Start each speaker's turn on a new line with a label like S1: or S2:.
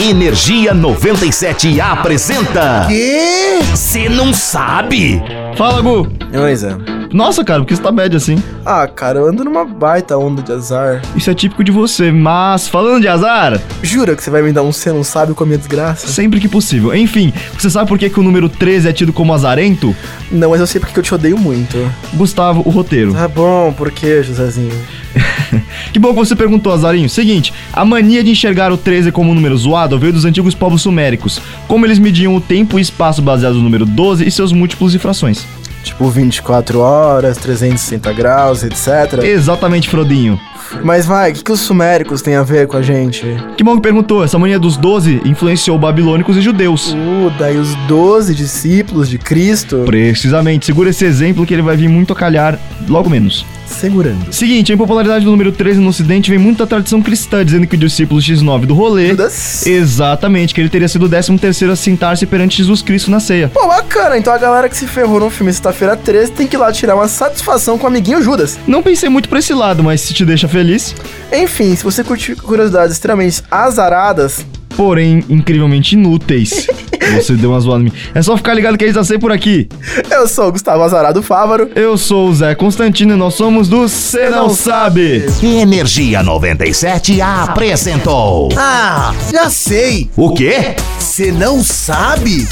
S1: Energia 97 apresenta.
S2: Quê?
S1: Você não sabe?
S3: Fala, Gu.
S2: Coisa.
S3: Nossa, cara, por que você tá médio assim?
S2: Ah, cara, eu ando numa baita onda de azar.
S3: Isso é típico de você, mas falando de azar,
S2: Jura que você vai me dar um você não sabe com a minha desgraça?
S3: sempre que possível. Enfim, você sabe por que, que o número 13 é tido como azarento?
S2: Não, mas eu sei porque eu te odeio muito.
S3: Gustavo, o roteiro.
S2: Tá bom, por que, Josézinho?
S3: Que bom que você perguntou, Azarinho. Seguinte, a mania de enxergar o 13 como um número zoado veio dos antigos povos suméricos, como eles mediam o tempo e espaço baseados no número 12 e seus múltiplos e frações.
S2: Tipo 24 horas, 360 graus, etc.
S3: Exatamente, Frodinho.
S2: Mas vai, o que, que os suméricos têm a ver com a gente?
S3: Que bom que perguntou, essa mania dos 12 influenciou babilônicos e judeus.
S2: Uh, daí os 12 discípulos de Cristo.
S3: Precisamente, segura esse exemplo que ele vai vir muito a calhar logo menos.
S2: Segurando.
S3: Seguinte, a impopularidade do número 13 no ocidente vem muito da tradição cristã, dizendo que o discípulo X9 do rolê...
S2: Judas?
S3: Exatamente, que ele teria sido o 13 terceiro a sentar-se perante Jesus Cristo na ceia.
S2: Pô, bacana, então a galera que se ferrou no filme Sexta-feira 13 tem que ir lá tirar uma satisfação com o amiguinho Judas.
S3: Não pensei muito pra esse lado, mas se te deixa feliz.
S2: Enfim, se você curte curiosidades extremamente azaradas,
S3: Porém, incrivelmente inúteis. Você deu uma zoada em mim. É só ficar ligado que eles sei por aqui.
S2: eu sou o Gustavo Azarado Fávaro.
S3: Eu sou o Zé Constantino e nós somos do Cê Não Sabe.
S1: Energia 97 apresentou.
S4: Ah, já sei!
S1: O quê?
S4: Você não sabe?